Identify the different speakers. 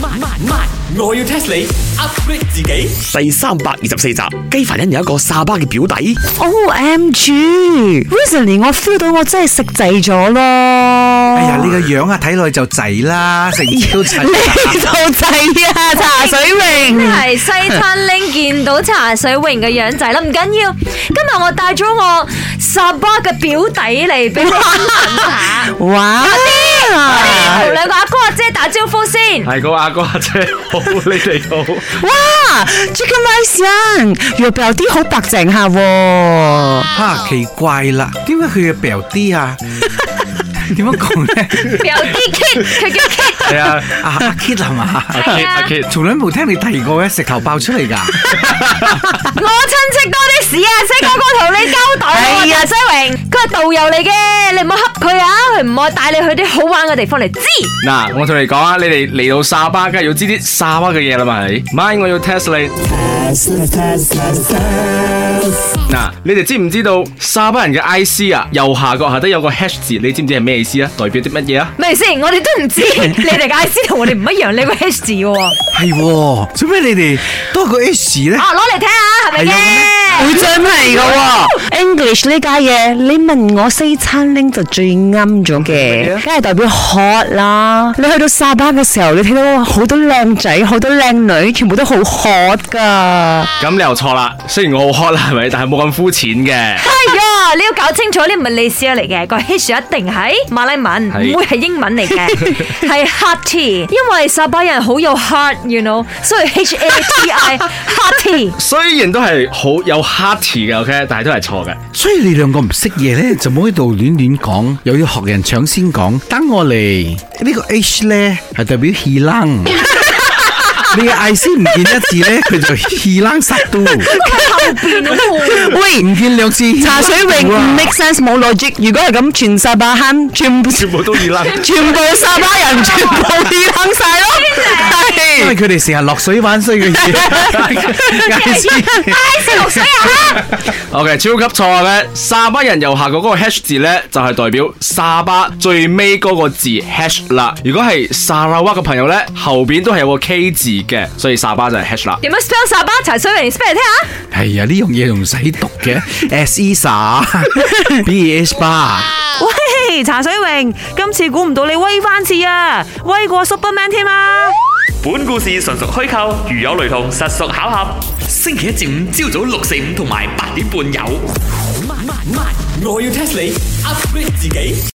Speaker 1: 慢慢慢，我要 test 你 upgrade 自己。
Speaker 2: 第三百二十四集，基凡人有一個沙巴嘅表弟，
Speaker 3: O M G！Recently 我 feel 到我真係食滯咗咯。哎
Speaker 4: 哎呀，你個樣啊，睇落去就滯啦，成日都滯。
Speaker 3: 你到滯啊，茶水
Speaker 5: 真
Speaker 3: 榮。
Speaker 5: 係西餐拎見到茶水榮嘅樣仔啦，唔緊要。今日我帶咗我沙巴嘅表弟嚟俾你欣賞下，
Speaker 3: 哇！
Speaker 5: 同兩個阿哥阿姐打招呼 先。
Speaker 6: 系个阿哥阿姐好，你哋好。
Speaker 3: 哇！Chicken Rice 啊，若表啲好白淨下喎。
Speaker 4: 吓，奇怪啦，點解佢嘅表弟啊？ 點樣講咧？
Speaker 5: 表弟 kid，佢叫 kid，
Speaker 6: 系啊，
Speaker 4: 啊，阿 Kid 係嘛？
Speaker 6: 阿 Kit 阿 Kit，
Speaker 4: 從來冇聽你提過嘅，石頭爆出嚟㗎。
Speaker 5: 我親戚多啲事啊，使哥哥同你交代
Speaker 3: 係
Speaker 5: 啊，
Speaker 3: 啊
Speaker 5: 茶水榮，佢係導遊嚟嘅，你唔好恰佢啊，佢唔可以帶你去啲好玩嘅地方嚟知。
Speaker 6: 嗱，我同你講啊，你哋嚟到沙巴，梗係要知啲沙巴嘅嘢啦嘛，係咪？咪我要 test 你。嗱，你哋知唔知道沙巴人嘅 I C 啊？右下角下低有個 hash 字，你知唔知係咩意思啊？代表啲乜嘢啊？
Speaker 5: 咪先，我哋都唔知，你哋嘅 I C 同我哋唔一樣，你個 H 字嘅喎，啊
Speaker 4: 係喎，做咩你哋多個 S 咧？
Speaker 5: 攞嚟聽下，係咪
Speaker 4: 係
Speaker 5: 嘅？
Speaker 3: 會真係噶喎，English 呢家嘢，你問我西餐拎就最啱咗嘅，梗係代啊表 hot 啦。你去到沙巴嘅時候，你睇到好多靚仔，好多靚女，全部都好 hot 噶。
Speaker 6: 咁你又錯啦，雖然我好 hot 啦，係咪？但係冇咁膚淺嘅。
Speaker 5: 哎呀，你要搞清楚呢唔係利是嚟嘅，個 H 一定係馬來文，
Speaker 6: 係
Speaker 5: 唔會係英文嚟嘅，係 hearty，因為沙巴人好有 heart，you know，所以 H A T I hearty。
Speaker 6: 雖然都係好有 hearty 嘅，OK，但係都係錯嘅。
Speaker 4: 所以你兩個唔識嘢咧，就冇喺度亂亂講，又要學人搶先講。等我嚟呢個 H 咧，係代表氣 冷。你嘅 I C 唔見一字咧，佢就氣冷殺都；
Speaker 3: 喂，
Speaker 4: 唔見兩字，
Speaker 3: 茶水榮唔
Speaker 4: 哇
Speaker 3: make sense 冇 logic。如果係咁，全沙巴坑，全部
Speaker 6: 全部都易啦。
Speaker 3: 全部沙巴人全部跌坑晒咯。
Speaker 4: 因為
Speaker 3: 係
Speaker 4: 佢哋成日落水玩衰嘅嘢。I C
Speaker 5: I C 六水啊，
Speaker 6: OK，超級錯嘅沙巴人右下角嗰個 hash 字呢，就係、代表沙巴最尾嗰個字 hash 啦。如果係沙拉哇嘅朋友呢，後邊都係有個 K 字嘅，所以沙巴就係 hash 啦。
Speaker 5: 點樣 spell 沙巴？茶水榮 spell 嚟聽下。
Speaker 4: 係啊，呢樣嘢仲唔使讀嘅，S E S A B E S B。
Speaker 7: 喂，茶水榮，今次估唔到你威翻次啊，威過 Superman 添啊！
Speaker 8: 本故事純屬虛構，如有雷同，實屬巧合。
Speaker 1: 星期一至五朝早六四五同埋八點半有。慢慢慢，我要 test 你 upgrade 自己。